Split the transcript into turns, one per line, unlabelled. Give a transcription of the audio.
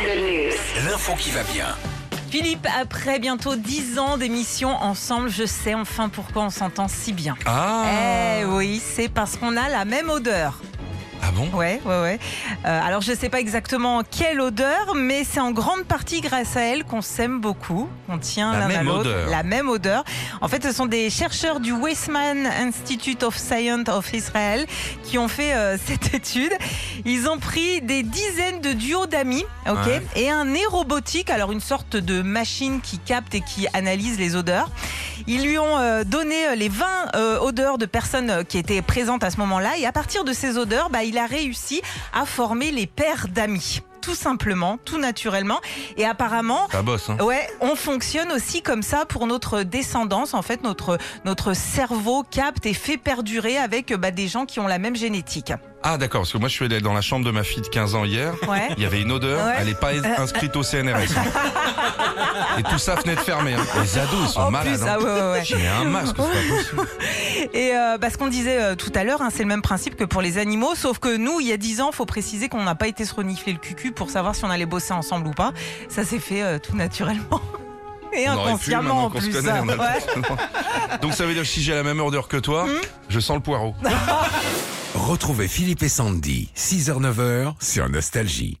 Good news.
L'info qui va bien.
Philippe, après bientôt 10 ans d'émission ensemble, je sais enfin pourquoi on s'entend si bien.
Ah
Eh oui, c'est parce qu'on a la même odeur.
Ah bon
Ouais, ouais, ouais. Euh, alors je sais pas exactement quelle odeur, mais c'est en grande partie grâce à elle qu'on s'aime beaucoup. On tient
La
l'un à
même
l'autre
odeur.
la même odeur. En fait, ce sont des chercheurs du Weizmann Institute of Science of Israel qui ont fait euh, cette étude. Ils ont pris des dizaines de duos d'amis, ok,
Ouais.
et un nez robotique, alors une sorte de machine qui capte et qui analyse les odeurs. Ils lui ont euh, donné euh, les 20 euh, odeurs de personnes euh, qui étaient présentes à ce moment-là, et à partir de ces odeurs, bah, il a réussi à former les paires d'amis. Tout simplement, tout naturellement. Et apparemment,
Ça bosse, hein
Ouais, on fonctionne aussi comme ça pour notre descendance. En fait, notre, notre cerveau capte et fait perdurer avec euh, bah, des gens qui ont la même génétique.
Ah d'accord, parce que moi je suis allé dans la chambre de ma fille de 15 ans hier.
Ouais.
Il y avait une odeur,
Ouais.
elle n'est pas inscrite au CNRS. hein. Et tout ça venait de fermer. hein. Les ados ils sont
En
malades.
plus,
hein.
ah ouais, ouais, ouais.
J'ai mis un masque, c'est pas possible.
Et euh, bah, ce qu'on disait euh, tout à l'heure, hein, c'est le même principe que pour les animaux, sauf que nous, il y a 10 ans, faut préciser qu'on n'a pas été se renifler le cucu pour savoir si on allait bosser ensemble ou pas. Ça s'est fait euh, tout naturellement. Et
On aurait pu, maintenant
inconsciemment en
qu'on se
plus.
connaît, on a le
Ouais.
temps. Donc ça veut dire que si j'ai la même odeur que toi,
Hmm
je sens le poireau.
Retrouvez Philippe et Sandy, 6h-9h sur Nostalgie.